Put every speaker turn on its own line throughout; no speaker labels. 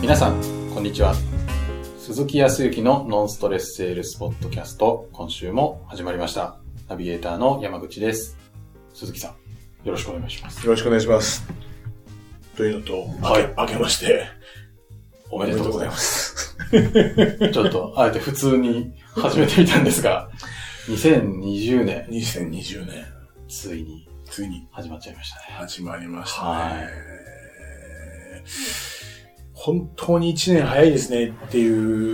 皆さん、こんにちは。鈴木康之のノンストレスセールスポッドキャスト、今週も始まりました。ナビゲーターの山口です。鈴木さん、よろしくお願いします。
よろしくお願いします。というのと、はい、明けまして、
お
お
めでとうございます。
ます。
ちょっと、あえて普通に始めてみたんですが、2020年、
2020年、
ついに
ついに
始まっちゃいましたね。
始まりましたね。
はい
本当に1年早いですねってい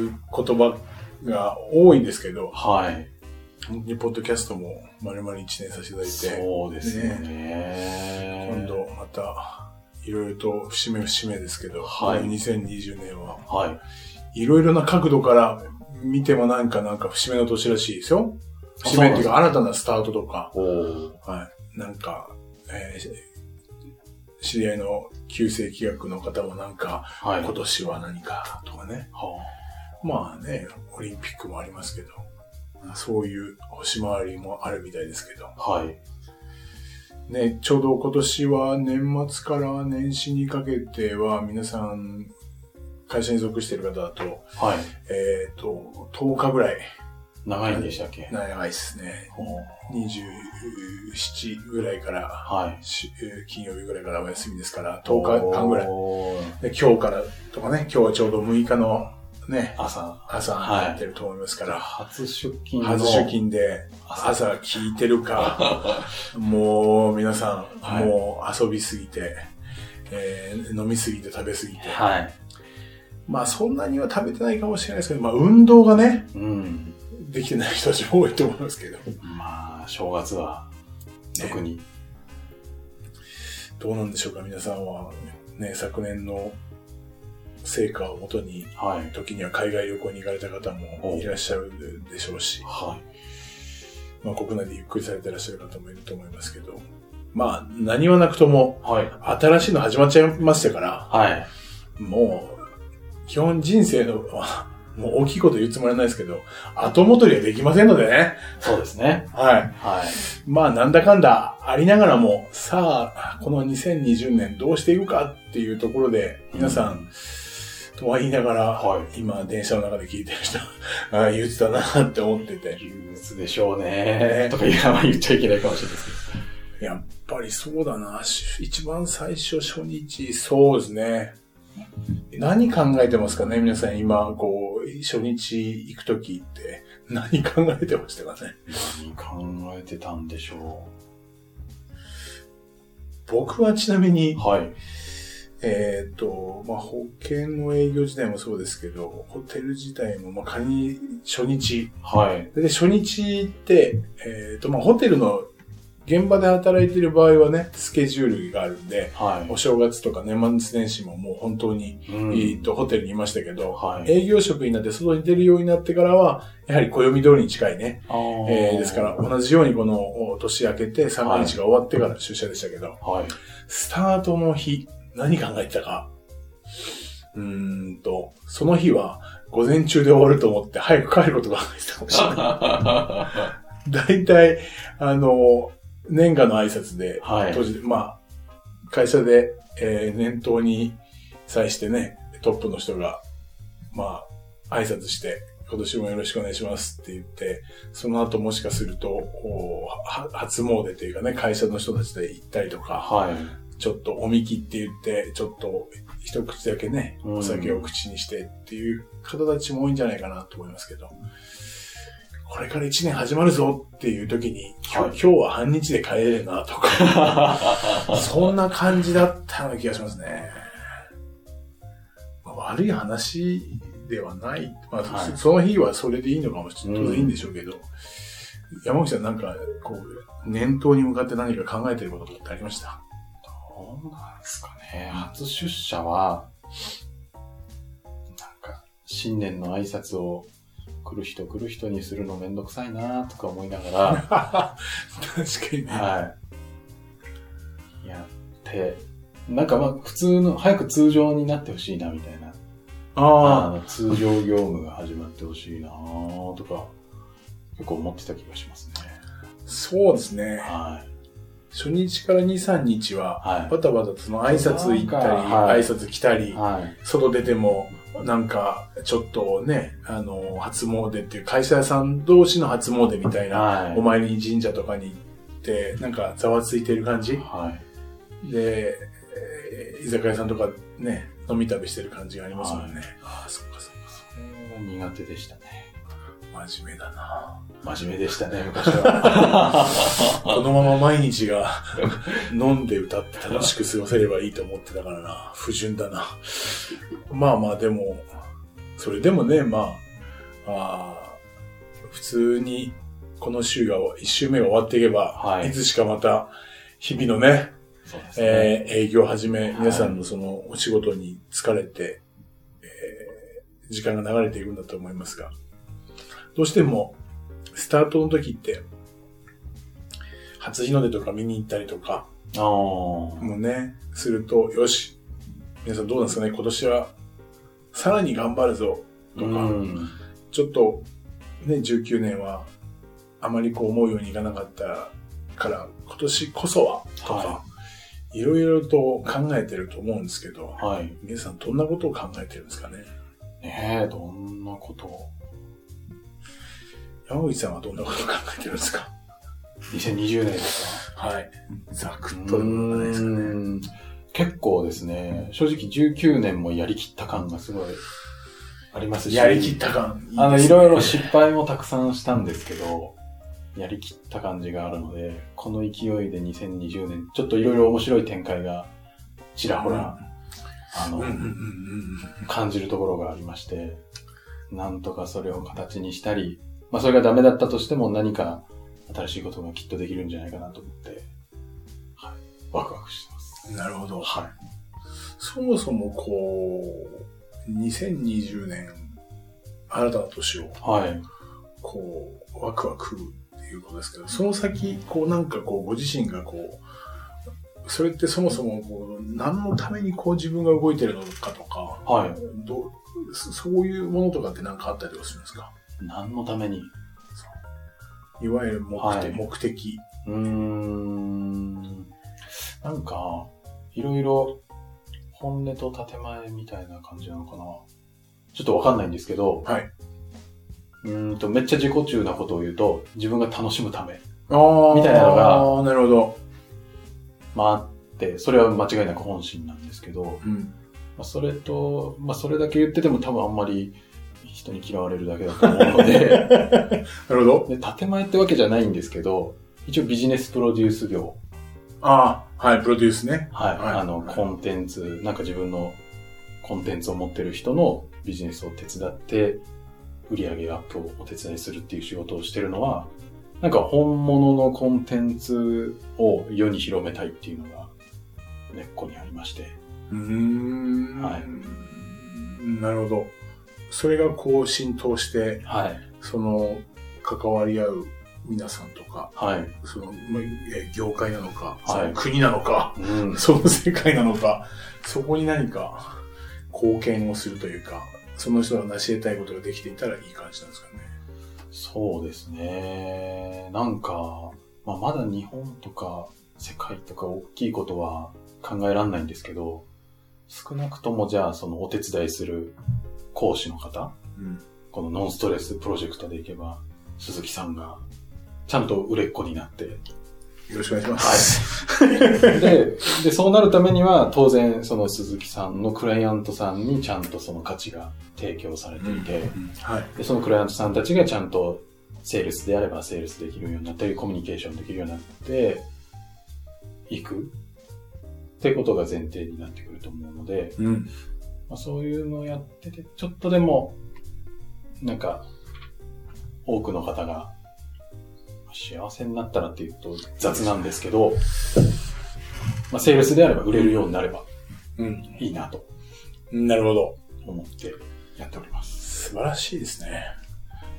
う言葉が多いんですけど、
はい。
本当にポッドキャストも丸々1年させていただいて、
そうですよね。
今度また、いろいろと節目節目ですけど、
はい
2020年は
はい。
いろいろな角度から見てもなんかなんか節目の年らしいですよ。
あ
節目っていう
そう
か新たなスタートとか、
おー
はい。なんか、えー知り合いの旧世紀学の方もなんか、
はい。
今年は何かとかね。
は
まあね、オリンピックもありますけど、そういう星回りもあるみたいですけど。
あはい。
ね、ちょうど今年は年末から年始にかけては皆さん、会社に属している方だと、
はい。
えっ、と、10日ぐらい
長いんでしたっけ
長いですね。
おー
27ぐらいから、
はい。
しえー金曜日ぐらいからお休みですから、10日間ぐらい。
おー
で今日からとかね、今日はちょうど6日のね、
朝、
朝に
はい
なってると思いますから、
初出勤の
初出勤で
朝
朝聞いてる か、もう皆さん、
はい
もう遊びすぎて、えー飲みすぎて食べすぎて、
はい。
まあそんなには食べてないかもしれないですけど、まあ運動がね、
うん。
できてない人たちも多いと思いますけど。
まあ、正月は、特に。
どうなんでしょうか皆さんは、ね、昨年の成果をもとに、
はい。
時には海外旅行に行かれた方もいらっしゃるでしょうし、
はい。
まあ、国内でゆっくりされてらっしゃる方もいると思いますけど、まあ、何はなくとも、
はい。
新しいの始まっちゃいましたから、
はい。
もう、基本人生の、 もう大きいこと言うつもりはないですけど、後戻りはできませんのでね。
そうですね。
はい。
はい。
まあなんだかんだありながらも、さあ、この2020年どうしていくかっていうところで、皆さん、とは言いながら、
は
今電車の中で聞いてる人、 ああ、憂鬱だなって思ってて、
憂鬱でしょうね。とか言うあんまり言っちゃいけないかもしれないですけ
やっぱりそうだな、し一番最初初日、そうですね。何考えてますかね皆さん今、こう、初日行くときって、何考えてましたかね
ど。何考えてたんでしょ
僕はちなみに
う。、はい。
えっ、と、まあ、保険の営業自体もそうですけど、ホテル自体も、まあ、仮に初日。
はい。
で、初日って、えっ、と、まあ、ホテルの現場で働いてる場合はね、スケジュールがあるんで、
は
お正月とか年末年始ももう本当に、
い。うん
えーと、ホテルにいましたけど、
はい。
営業職になって外に出るようになってからは、やはり暦通りに近いね。
あー
えーですから、。同じようにこのお年明けて、3日が終わってから出社でしたけど、
はい。
スタートの日、何考えてたか。うーんと、その日は午前中で終わると思って早く帰ることが考えてたかもしれない。
は
大体、あの、年賀の挨拶で、
はい
当時、まあ、会社で、えー年頭に際してね、トップの人が、まあ、挨拶して、今年もよろしくお願いしますって言って、その後もしかすると、おは初詣というかね、会社の人たちで行ったりとか、
い。
ちょっとおみきって言って、ちょっと一口だけね、
うん
お酒を口にしてっていう方たちも多いんじゃないかなと思いますけど、これから一年始まるぞっていう時に、今日,、
はい
今日は半日で帰れるなと か、そんな感じだったような気がしますね。まあ悪い話ではない。まあ、
はい
その日はそれでいいのかもしれない。
うん
当然いいんでしょうけど、山口さんなんか、こう、念頭に向かって何か考えてることとかってありました
どうなんですかね。初出社は、なんか、新年の挨拶を来る人来る人にするのめんどくさいなとか思いなが
確かに
ら、
ね。
はい。やって、なんかまあ普通の、早く通常になってほしいなみたいな。
ああ、
の通常業務が始まってほしいなとか、結構思ってた気がしますね。
そうですね。
はい。
初日から2、3日は、
は
バタバタとその挨拶行ったり、
はい
挨拶来た
い。
り、
はい。
外出ても、なんか、ちょっとね、あの、初詣っていう、会社さん同士の初詣みたいな、
はい。
お参りに神社とかに行って、なんか、ざわついてる感じ
はい。
で、えー居酒屋さんとかね、飲み旅してる感じがありますもんね。
は
ああ、そっかそっか。
それは苦手でしたね。
真面目だな。
真面目でしたね、昔 は。
このまま毎日が 飲んで歌って楽しく過ごせればいいと思ってたからな。不純だな。まあまあでも、それでもね、まあ、あー普通にこの週が、一週目が終わっていけば、
はい
いつしかまた日々のね、
そうですね。
えー営業をはじめ、皆さんのそのお仕事に疲れて、えー時間が流れていくんだと思いますが、どうしても、スタートの時って、初日の出とか見に行ったりとか
あー
もね、すると、よし、皆さんどうなんですかね、今年は、さらに頑張るぞ、とか、
うん。
ちょっと、ね、19年は、あまりこう思うようにいかなかったから、今年こそは、とか、、
はい
ろいろと考えてると思うんですけど、
はい。
皆さんどんなことを考えてるんですかね
ねえ、どんなことを
山口さんはどんなことを考えてるんですか
?2020年ですか
はい。ざくっと
う
でもないですかね。
ーん結構ですね、正直19年もやりきった感がすごいありますし、
やりきった感
あの、いろいろ
し
失敗もたくさんしたんですけど、やりきった感じがあるので、この勢いで2020年、ちょっといろいろ面白い展開がちらほら、あ
うんうんうん
の、感じるところがありまして、なんとかそれを形にしたり、まあそれがダメだったとしても何か新しいことがきっとできるんじゃないかなと思って、はい、ワクワクしてます。
うんなるほど。
はい。
そもそもこう、2020年、新たな年を
はい。
こう、ワクワクっていうことですけど、その先、こうなんかこう、ご自身がこう、それってそもそもこう、何のためにこう自分が動いてるのかとか、
はい。
どうそそういうものとかって何かあったりとかするんですか
何のために
いわゆる目的、
はい
目的。
うーん。なんか、いろいろ本音と建前みたいな感じなのかな。ちょっとわかんないんですけど、
はい。
うーんと、めっちゃ自己中なことを言うと、自分が楽しむため、
あ
みたいなのが
ああ、なるほど。
まああって、それは間違いなく本心なんですけど、
うん。
まあ、それと、まあ、それだけ言ってても多分あんまり人に嫌われるだけだと思うので、
なるほど。
で建前ってわけじゃないんですけど、一応ビジネスプロデュース業、
ああ、はい、プロデュースね。
はい、
はい
あの、コンテンツ、なんか自分のコンテンツを持ってる人のビジネスを手伝って、売り上げアップをお手伝いするっていう仕事をしてるのは、なんか本物のコンテンツを世に広めたいっていうのが根っこにありまして。
うーん。
はい
なるほど。それがこう浸透して、
はい。
その関わり合う皆さんとか、
はい。
そのまあえ業界なのか、
い
その国なのか、
うん。
その世界なのか、そこに何か貢献をするというか、その人が成し得たいことができていたらいい感じなんですかね。
そうですね。なんか、まあ、まだ日本とか世界とか大きいことは考えられないんですけど、少なくともじゃあそのお手伝いする講師の方、
うん。
このノンストレスプロジェクトでいけば、鈴木さんがちゃんと売れっ子にな って、
よろしくお願いします。
で、で、そうなるためには、当然、その鈴木さんのクライアントさんにちゃんとその価値が提供されていて、
うんはい。
で、そのクライアントさんたちがちゃんとセールスであればセールスできるようになったり、コミュニケーションできるようになっていくってことが前提になってくると思うので、
うん。
まあ、そういうのをやってて、ちょっとでも、なんか、多くの方が幸せになったらっていうと雑なんですけど、まあ、セールスであれば売れるようになれば
うん。
いいなと
なるほど。
思ってやっております。
素晴らしいですね。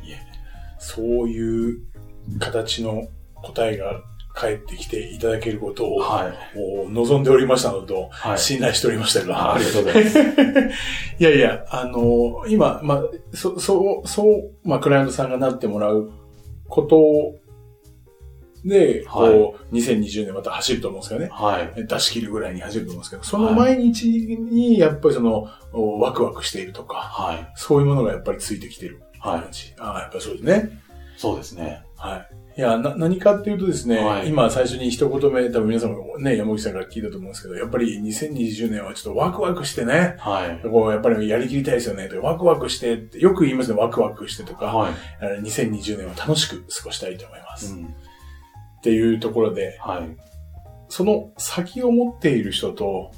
いえ
そういう形の答えが返ってきていただけることを、
はい。
もう望んでおりましたのと、
はい。
信頼しておりましたが。
ありがとうございます。
いやいや、あの、今、まあ、そ、そう、そう、まあ、クライアントさんがなってもらうことで、こう、
は
2020年また走ると思うんですよね。
はい。
出し切るぐらいに走ると思うんですけど、その毎日に、やっぱりその、おワクワクしているとか、
はい。
そういうものがやっぱりついてきてる
は
感じ。ああ、やっぱりそうですね。
い。そうですね。
はい。いや、な、何かっていうとですね、
はい
今最初に一言目、多分皆様もね、山口さんから聞いたと思うんですけど、やっぱり2020年はちょっとワクワクしてね、
はい。
こう、やっぱりやりきりたいですよね、とかワクワクしてって、よく言いますね、ワクワクしてとか、
は
あの2020年は楽しく過ごしたいと思いま
い。
す。
う
っ
ん。
ていうところで、
はい。
その先を持っている人と、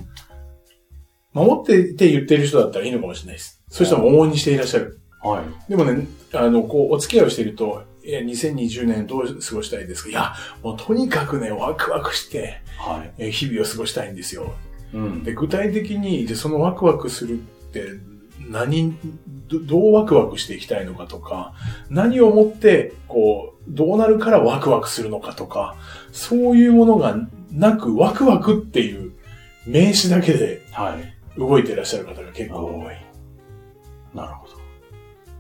守っていて言っている人だったらいいのかもしれないです。そういう人も往々にしていらっしゃる。
はい。
でもね、あの、こう、お付き合いをしていると、いや、2020年どう過ごしたいですかいや、もうとにかくね、ワクワクして、
はい。
え日々を過ごしたいんですよ。
うん。
で、具体的に、じゃあそのワクワクするって、何、どどうワクワクしていきたいのかとか、何をもって、こう、どうなるからワクワクするのかとか、そういうものがなく、ワクワクっていう名詞だけで
はい。
動いていらっしゃる方が結構多い。
なるほど。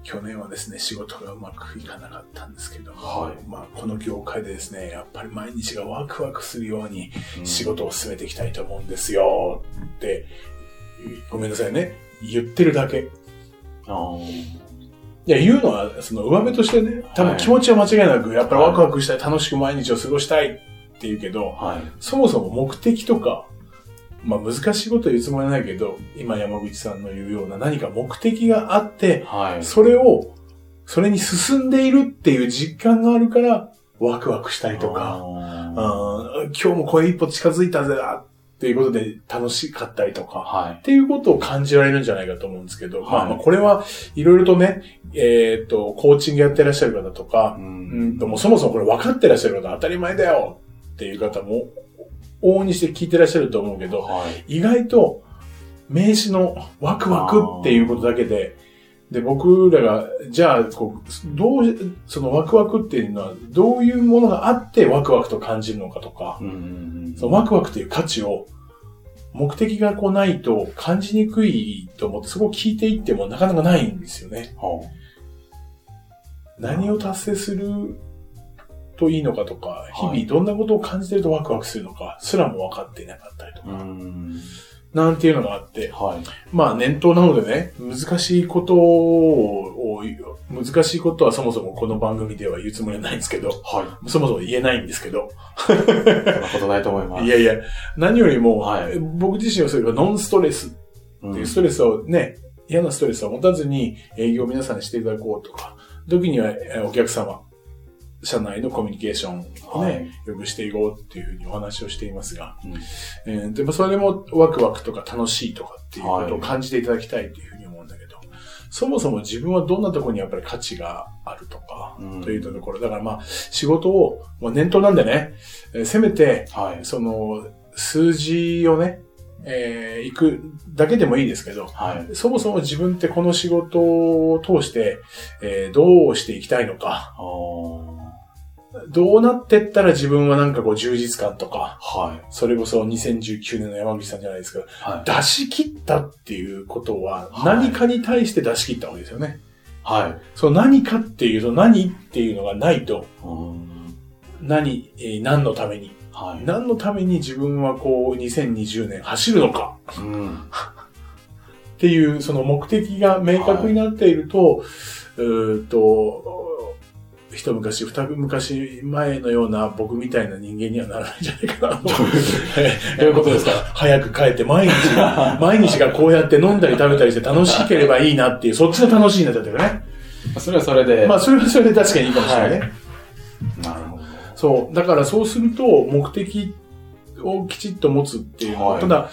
去年はですね、仕事がうまくいかなかったんですけども、
はい
まあ、この業界でですね、やっぱり毎日がワクワクするように
うん
仕事を進めていきたいと思うんですよって、ごめんなさいね、言ってるだけ。
あー
いや、言うのは、その上目としてね、多
は
分
い
気持ちは間違いなく、やっぱりワクワクしたい、楽しく毎日を過ごしたいって言うけど、
はい。
そもそも目的とか、まあ難しいこと言うつもりはないけど、今山口さんの言うような何か目的があって、
はい。
それを、それに進んでいるっていう実感があるから、ワクワクしたりとか、うん
あー
今日もこれ一歩近づいたぜだっていうことで楽しかったりとか、
はい。
っていうことを感じられるんじゃないかと思うんですけど、ま
は
あ
い
まあこれはいろいろとね、えっ、と、コーチングやってらっしゃる方とか
う、
うん
ん
と、もうそもそもこれ分かってらっしゃる方当たり前だよっていう方も、往々にして聞いてらっしゃると思うけど、
はい。
意外と名詞のワクワクっていうことだけで、で、僕らが、じゃあ、こう、どう、そのワクワクっていうのは、どういうものがあってワクワクと感じるのかとか、
うんうんうん
そのワクワクっていう価値を、目的がこうないと感じにくいと思って、そこを聞いていってもなかなかないんですよね。
は
何を達成するといいのかとか、日
はい
々どんなことを感じてるとワクワクするのか、すらも分かっていなかったりと
あう
か、
ん
なんていうのがあって、
はい。
まあ念頭なのでね、難しいことを、難しいことはそもそもこの番組では言うつもりはないんですけど、
は
そもそも言えないんですけど、
い。そんなことないと思います。
いやいや、何よりも、
はい
僕自身はそれがノンストレスっていうストレスをね、嫌なストレスを持たずに営業を皆さんにしていただこうとか、時にはえーお客様、社内のコミュニケーションを
は
ね、
い。
よくしていこうっていうふうにお話をしていますが、
うん
えーでもそれでもワクワクとか楽しいとかっていうことを感じていただきたいというふうに思うんだけど、そもそも自分はどんなところにやっぱり価値があるとか、
うん
といったところ、だからまあ仕事を、まあ、念頭なんでね、えーせめて
はい。
その数字をね、えー行くだけでもいいですけど、
はい。
そもそも自分ってこの仕事を通して、えーどうしていきたいのか、
あー
どうなってったら自分はなんかこう充実感とか、
はい。
それこそ2019年の山口さんじゃないですけど、
はい。
出し切ったっていうことは
はい
何かに対して出し切ったわけですよね。
はい。
その何かっていうと何っていうのがないと、
うん
何、えー何のために、
はい。
何のために自分はこう2020年走るのか
うん
っていうその目的が明確になっていると、うーっと、一昔、二昔前のような僕みたいな人間にはならないんじゃないかな と。
どういうことですか
早く帰って毎日が、毎日がこうやって飲んだり食べたりして楽しければいいなっていう、そっちが楽しいなだったよね。
それはそれで。
まあ、それはそれで確かにいいかもしれないね。
なるほど。
そう。だからそうすると、目的をきちっと持つっていうのは、
はい
ただ、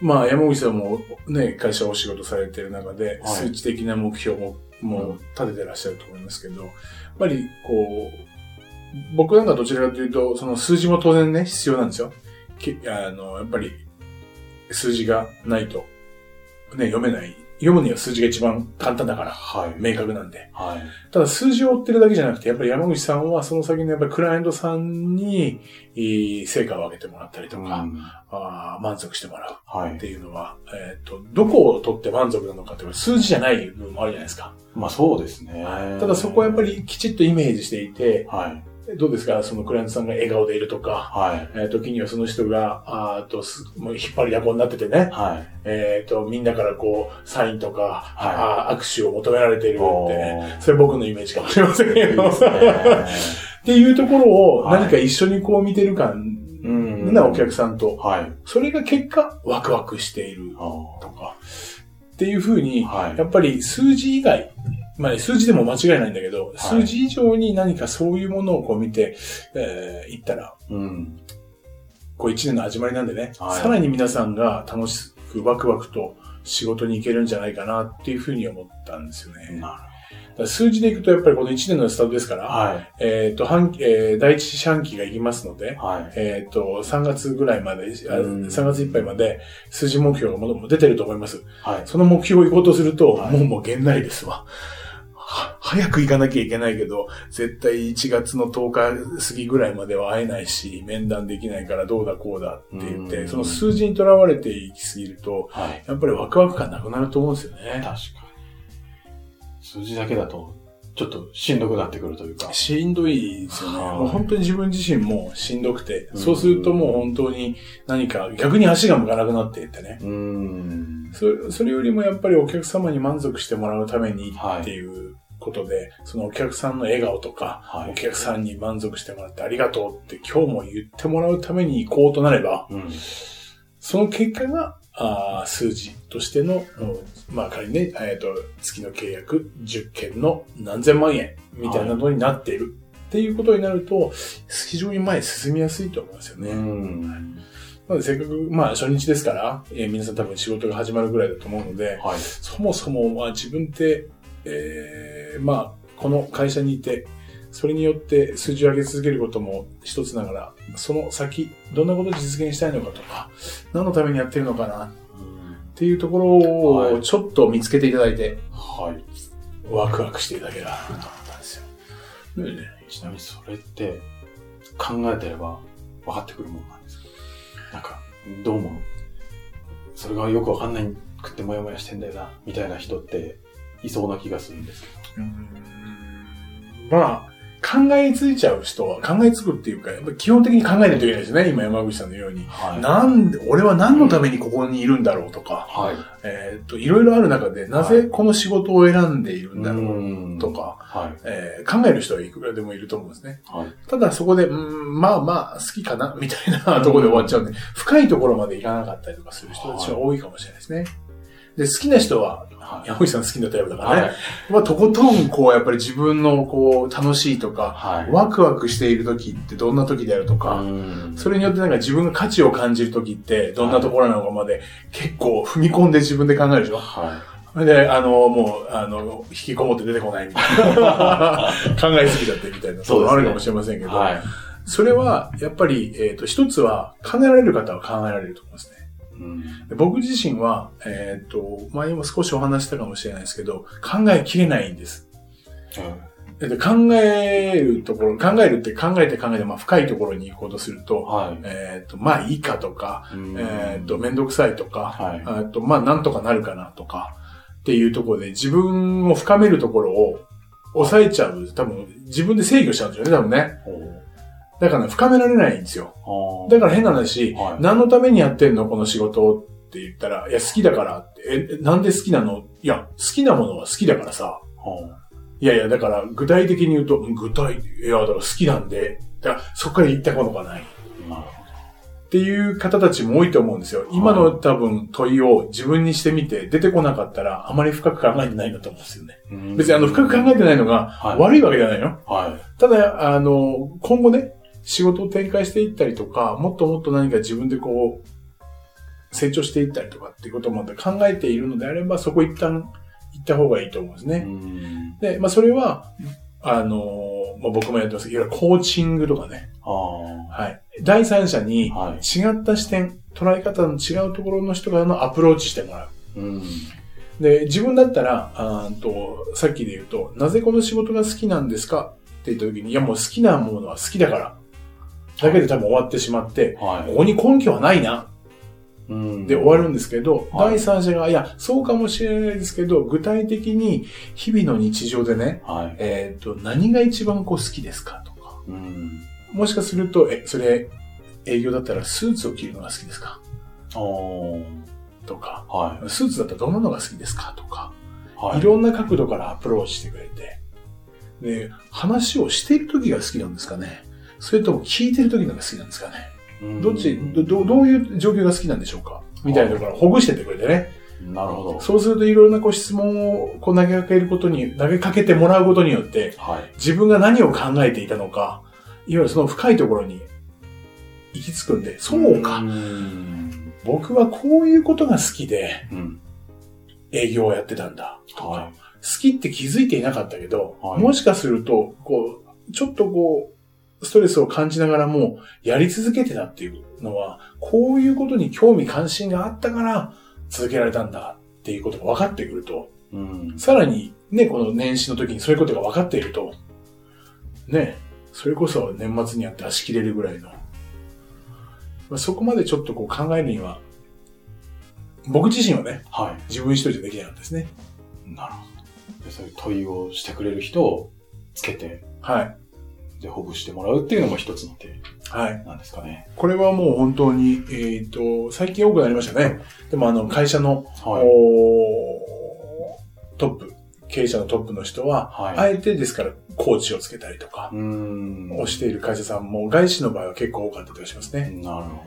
まあ、山口さんもね、会社お仕事されてる中で、
はい
数値的な目標も、も
う
う立ててらっしゃると思いますけど、やっぱり、こう、僕なんかどちらかというと、その数字も当然ね、必要なんですよ。けあの、やっぱり、数字がないと、ね、読めない。読むには数字が一番簡単だから、
はい。
明確なんで。
はい。
ただ数字を追ってるだけじゃなくて、やっぱり山口さんはその先のやっぱりクライアントさんに、えー成果を上げてもらったりとか、
うん
あー満足してもらう
は
っ
い。
ていうのは、えっ、と、どこを取って満足なのかっていうのは数字じゃない部分もあるじゃないですか。
まあそうですね。
ただそこはやっぱりきちっとイメージしていて、
はい。
どうですかそのクライアントさんが笑顔でいるとか、
はい。
えー時にはその人が、あーっと、すもう引っ張りだこになっててね、
はい。
えーっと、みんなからこう、サインとか、
い
あー握手を求められているってね。
ー
それ僕のイメージかもしれません
い
け
い
ど。
ですね
っていうところを
はい
何か一緒にこう見てる感
うん
なお客さんと、
はい。
それが結果ワクワクしている
あー
とか、っていうふうに、
はい
やっぱり数字以外、まあね、数字でも間違いないんだけど、数字以上に何かそういうものをこう見てえーいったら、
うん。
こう一年の始まりなんでね、
はい
さらに皆さんが楽しくワクワクと仕事に行けるんじゃないかなっていうふうに思ったんですよね。だ
な
から数字でいくとやっぱりこの一年のスタートですから、
るはい。
えっ、と、半期えー第一四半期が行きますので、
はい。
えっ、と、3月ぐらいまで、あ
うん
3月いっぱいまで数字目標がもう出てると思います。
はい。
その目標を行こうとすると、
はい
もうもう現内ですわ。は早く行かなきゃいけないけど、絶対1月の10日過ぎぐらいまでは会えないし、面談できないからどうだこうだって言っ
う
て、
ん
その数字にとらわれていきすぎると、
はい。
やっぱりワクワク感なくなると思うんですよ
確
ね
か。に。数字だけだと、ちょっとしんどくなってくるというか。
しんどいですよね。
はい
もう本当に自分自身もしんどくて、
うん
そうするともう本当に何か逆に足が向かなくなっていってね。
うん。
そそれよりもやっぱりお客様に満足してもらうために
はい
っていうことで、そのお客さんの笑顔とか、
はい
お客さんに満足してもらってありがとうって今日も言ってもらうために行こうとなれば、
うん。
その結果が、あー数字としての、うんまあ仮にね、えーと、月の契約10件の何千万円みたいなのになっているっていうことになると、非常に前に進みやすいと思うんですよね。
うん。
なのでせっかく、まあ初日ですから、えー皆さん多分仕事が始まるぐらいだと思うので、
はい。
そもそも、まあ自分って、えーまあ、この会社にいて、それによって数字を上げ続けることも一つながら、その先、どんなことを実現したいのかとか、何のためにやってるのかなっ
うん
ていうところ
は
を
い
ちょっと見つけていただいて、
はい。
ワクワクしていただければなと思ったんですよ。ね
ちなみにそれって、考えてれば分かってくるもんなんですかなんか、どうも、それがよく分かんないくってもやもやしてんだよな、みたいな人って、いそうな気がするんですけ
うーんまあ、考えついちゃう人は、考えつくっていうか、やっぱり基本的に考えないといけないですね、今山口さんのように
ど。。はい。
なんで、俺は何のためにここにいるんだろうとか、
はい。
えっ、と、いろいろある中で、なぜこの仕事を選んでいるんだろ
ん
うと。か、
はい。
えー考える人はいくらでもいると思うんですね。
はい。
ただそこで、うーん、まあまあ、好きかな、みたいなところで終わっちゃうんで、深いところまでいかなかったりとかする人たちは多いかもしれないですね。で、好きな人は、
はい。
山口さん好きなタイプだからね、
はい。
まあ、とことん、こう、やっぱり自分の、こう、楽しいとか、
はい。
ワクワクしている時ってどんな時であるとか、
うん
それによってなんか自分が価値を感じる時ってどんなところなのかまで結構踏み込んで自分で考えるでしょ
は
それで、あの、もう、あの、引きこもって出てこないみたい な。考えすぎちゃってみたいな。
そうですね
あるかもしれませんけ
い。
ど。
はい。
それは、やっぱり、えっ、と、一つは、考えられる方は考えられると思いますね。
うん
で僕自身は、えっ、と、前にも少しお話ししたかもしれないですけど、考えきれないんです。で考えるところ、考えるって考えて考えて、まあ、深いところに行こうとすると、
はい。
えっ、と、まあ、いいかとか、
うん
えっ、と、めんどくさいとか、
はい。
あと、まあ、なんとかなるかなとか、っていうところで、自分を深めるところを抑えちゃう。多分、自分で制御しちゃうんですよね、多分ね。だから、ね、深められないんですよ。
ほう
だから変な話、
はい
何のためにやってんのこの仕事をって言ったら、いや、好きだからって、え、えなんで好きなのいや、好きなものは好きだからさ。
ほう
いやいや、だから、具体的に言うと、うん具体、いや、だから好きなんで、だから、そこから言ったことがない。
なる
っていう方たちも多いと思うんですよ。今の多分問いを自分にしてみて出てこなかったらあまり深く考えてないんだと思うんですよね。
ほど
別にあの深く考えてないのが
はい
悪いわけじゃないの。
は
ただ、あの、今後ね、仕事を展開していったりとか、もっともっと何か自分でこう、成長していったりとかっていうことも考えているのであれば、そこ一旦行った方がいいと思うんです
い。う
ね。
ん
で、まあそれは、あの、まあ僕もやってますけど、いわゆるコーチングとかね。
あー
はい。第三者に、
はい。
違った視点、捉え方の違うところの人からのアプローチしてもらう。
うん
で、自分だったら、あーんとさっきで言うと、なぜこの仕事が好きなんですかって言った時に、いやもう好きなものは好きだから。だけで多分終わってしまって、
は
ここに根拠はないな。
い。うん
で終わるんですけど、
はい
第三者が、いや、そうかもしれないですけど、具体的に日々の日常でね、
はい。
えっ、と、何が一番こう好きですかとか、
うん。
もしかすると、え、それ、営業だったらスーツを着るのが好きですか
あー
とか、
は
スーツだったらどんなのが好きですかとか、
い。はい。
いろんな角度からアプローチしてくれて、で、話をしている時が好きなんですかねそれとも聞いてる時のが好きなんですかね
うん
どっち、ど、どどういう状況が好きなんでしょうかみたいなところからほぐしてってくれてね。
なるほど。
そうするといろんなこう質問をこう投げかけることに、投げかけてもらうことによって、
はい。
自分が何を考えていたのか、いわゆるその深いところに行き着くんで、そうか。
ん。
僕はこういうことが好きで
うん。
営業をやってたんだ。とか、
は
好きって気づいていなかったけど、
はい
もしかすると、こう、ちょっとこう、ストレスを感じながらも、やり続けてたっていうのは、こういうことに興味関心があったから、続けられたんだっていうことが分かってくると、
い。うん。
さらに、ね、この年始の時にそういうことが分かっていると、ね、それこそ年末にやって足切れるぐらいの、まあ、そこまでちょっとこう考えるには、僕自身はね、
は
自分一人じゃできなかったですね。
い。なるほど。でそういう問いをしてくれる人をつけて、
はい。
で、ほぐしてもらうっていうのも一つの手
はい。
なんですかね。
これはもう本当に、えっ、と、最近多くなりましたね。でもあの、会社の、
はい。
おートップ、経営者のトップの人は、あ
はい。
えてですから、コーチをつけたりとか、
うん。
をしている会社さんも、外資の場合は結構多かったりしますね。
なるほ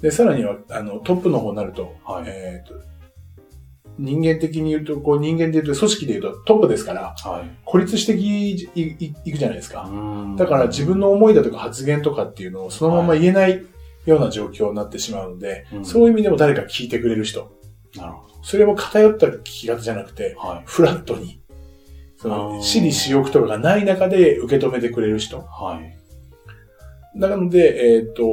で、さらには、あの、トップの方になると、
ど。はい。
えっ、と、人間的に言うと、こう、人間で言うと、組織で言うとトップですから、
はい。
孤立していいいいくじゃないですか。
うん
だから自分の思いだとか発言とかっていうのをそのまま言えないような状況になってしまうので、
うん
そういう意味でも誰か聞いてくれる人。
なるほ
それも偏った聞き方じゃなくて、
ど。はい。
フラットに。そ
あー
の、私利私欲とかがない中で受け止めてくれる人。
はい。
なので、えっ、と、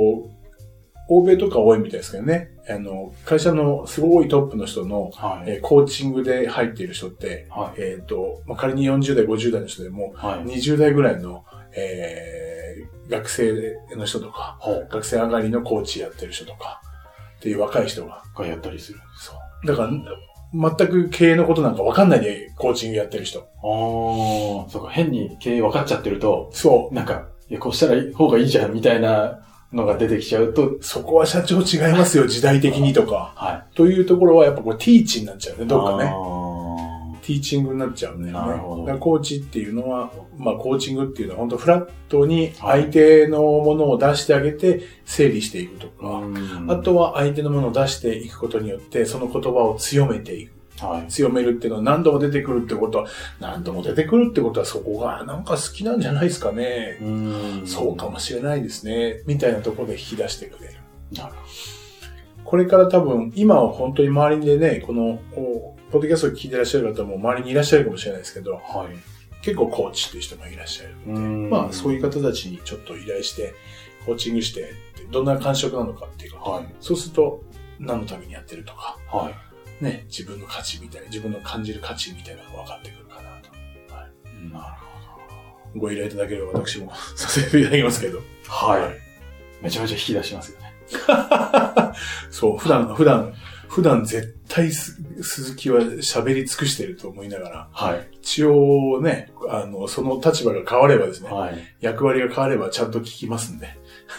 欧米とか多いみたいですけどね。あの、会社のすごい多いトップの人の、
はい。
えーコーチングで入っている人って、
はい。
えっ、と、まあ、仮に40代、50代の人でも、
はい。
20代ぐらいの、えー学生の人とか、
ほう
学生上がりのコーチやってる人とか、っていう若い人が。
がやったりする。
そう。だから、全く経営のことなんか分かんないでコーチングやってる人。
ああ、そうか。変に経営分かっちゃってると、
そ
なんか、いや、こうしたらいい方がいいじゃん、みたいなのが出てきちゃうと、
う。そこは社長違いますよ、時代的にとか。
はい。
というところはやっぱこうティーチになっちゃうね、どっか
あ
ね。
ー
ティーチングになっちゃうんだよね。
なるほど
だからコーチっていうのは、まあコーチングっていうのは本当フラットに相手のものを出してあげて整理していくとか。
うん
あとは相手のものを出していくことによって、その言葉を強めていく。
はい。
強めるっていうのは何度も出てくるってことは、何度も出てくるってことはそこがなんか好きなんじゃないですかね。
うん
そうかもしれないですね。みたいなところで引き出してくれる。
なるほ
これから多分、今は本当に周りでね、この、おポッドキャストを聞いてらっしゃる方も周りにいらっしゃるかもしれないですけど、
ど。はい。
結構コーチっていう人もいらっしゃる。ま
ま
あ、そういうう方たちにちょっと依頼して、コーチングしてって、どんな感触なのかっていうこと。
はい
そうすると、何のためにやってるとか、
ん。はい。
ね、自分の価値みたいな、自分の感じる価値みたいなのが分かってくるかなと。
なるほ
ご依頼いただければ私も させていただきますけど。
ど。はい。めちゃめちゃ引き出しますよね。
そう、普段、普段、普段絶対す鈴木は喋り尽くしてると思いながら、
はい。
一応ね、あの、その立場が変わればですね、
はい。
役割が変わればちゃんと聞きますんで、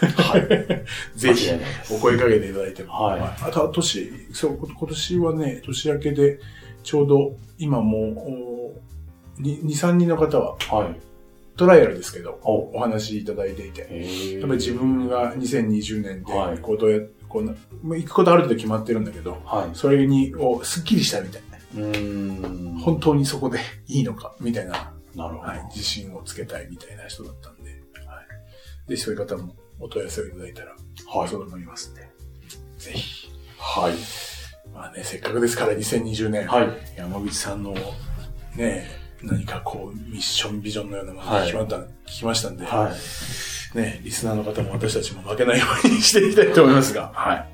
はい。
ぜひ
間違いないです
お声かけていただいても。
はい
あとは年、そう、こ今年はね、年明けで、ちょうど今もう、2、3人の方は
はい。
トライアルですけど、
お。
お話しいただいていて、
えー
やっぱり自分が2020年
はい
で、こうどうや、こうな、まあ行くことある程度決まってるんだけど、
は
それに、をすっきりしたみたいな。
い。うーん。
本当にそこでいいのか、みたいな、
なるほど。
はい、自信をつけたいみたいな人だったんで、はい。ぜひそういう方もお問い合わせをいただいたら、
はい。
そう思いますんで、ぜひ。
はい。
まあね、せっかくですから2020年、
はい。
山口さんの、ね、何かこう、ミッションビジョンのようなものが
はい
決まった、聞きましたんで、
はい。
ね、リスナーの方も私たちも負けないようにしていきたいと思いますが、はい。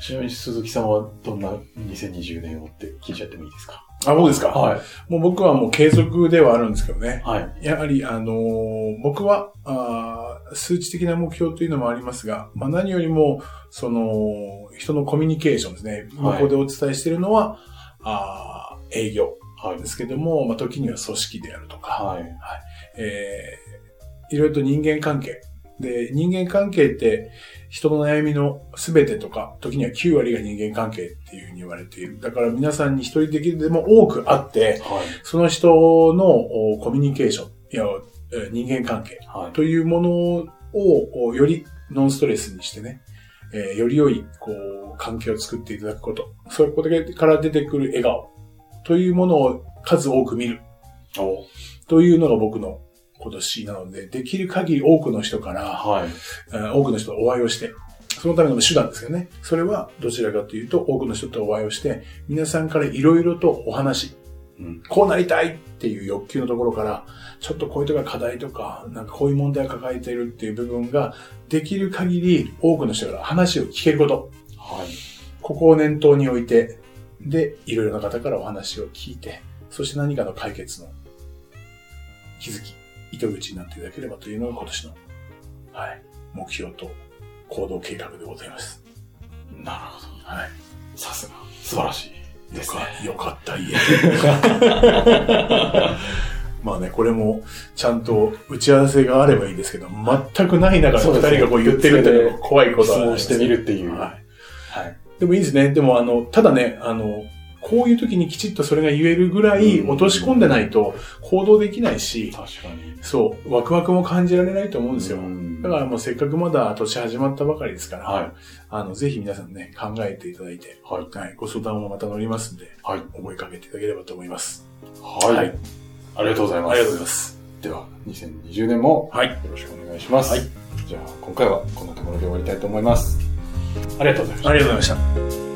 ちなみに鈴木さんはどんな2020年をって聞いちゃってもいいですか
あ、僕ですか、
は
もう僕はもう継続ではあるんですけどね
い。。はい。
やはり、あのー僕はあー、数値的な目標というのもありますが、まあ、何よりも、その、人のコミュニケーションですね。今
はい
ここでお伝えしているのは、あー営業
はい
で。すけども、まあ、時には組織であるとか、
はい。
えいろいろと人間関係。で、人間関係って人の悩みの全てとか、時には9割が人間関係っていうふうに言われている。だから皆さんに一人できるでも多くあって、
はい。
その人のおコミュニケーション、いや、え人間関係
はい。
というものをおよりノンストレスにしてね、えーより良いこう関係を作っていただくこと、そういうことから出てくる笑顔というものを数多く見る
お
というのが僕の今年なので、できる限り多くの人から、
はい。
えー多くの人とお会いをして、そのための手段ですよね。それはどちらかというと、多くの人とお会いをして、皆さんからいろいろとお話、
うん。
こうなりたいっていう欲求のところから、ちょっとこういうとこが課題とか、なんかこういう問題を抱えているっていう部分が、できる限り多くの人から話を聞けること。
はい。
ここを念頭に置いて、で、いろいろな方からお話を聞いて、そして何かの解決の気づき、糸口になっていただければというのが今年の、はい、目標と行動計画でございます。
なるほど。
はい。
さすが。素晴らしいで
よ
す
か
ね。
よかった、いえ。 まあね、これもちゃんと打ち合わせがあればいいんですけど、全くない中で
そう
二
ですね
人がこう言ってるっていうのが怖いこと
質
はあり
問
ます
してみるっていう。
は
はい。
い。でもいいですね。でもあの、ただね、あの、こういう時にきちっとそれが言えるぐらい
うん
落とし込んでないと行動できないし、
確かに。
そう、ワクワクも感じられないと思うんですよ。
ん
だからもうせっかくまだ年始まったばかりですから、
はい。
あの、ぜひ皆さんね、考えていただいて、
はい。
はい、ご相談もまた乗りますんで、
はい。
思いかけていただければと思います。
はい。
はい
ありがとうございます。
ありがとうございます。
では、2020年も
はい。
よろしくお願いします。
はい
じゃあ、今回はこんなところで終わりたいと思います。ありがとうございました。
ありがとうございました。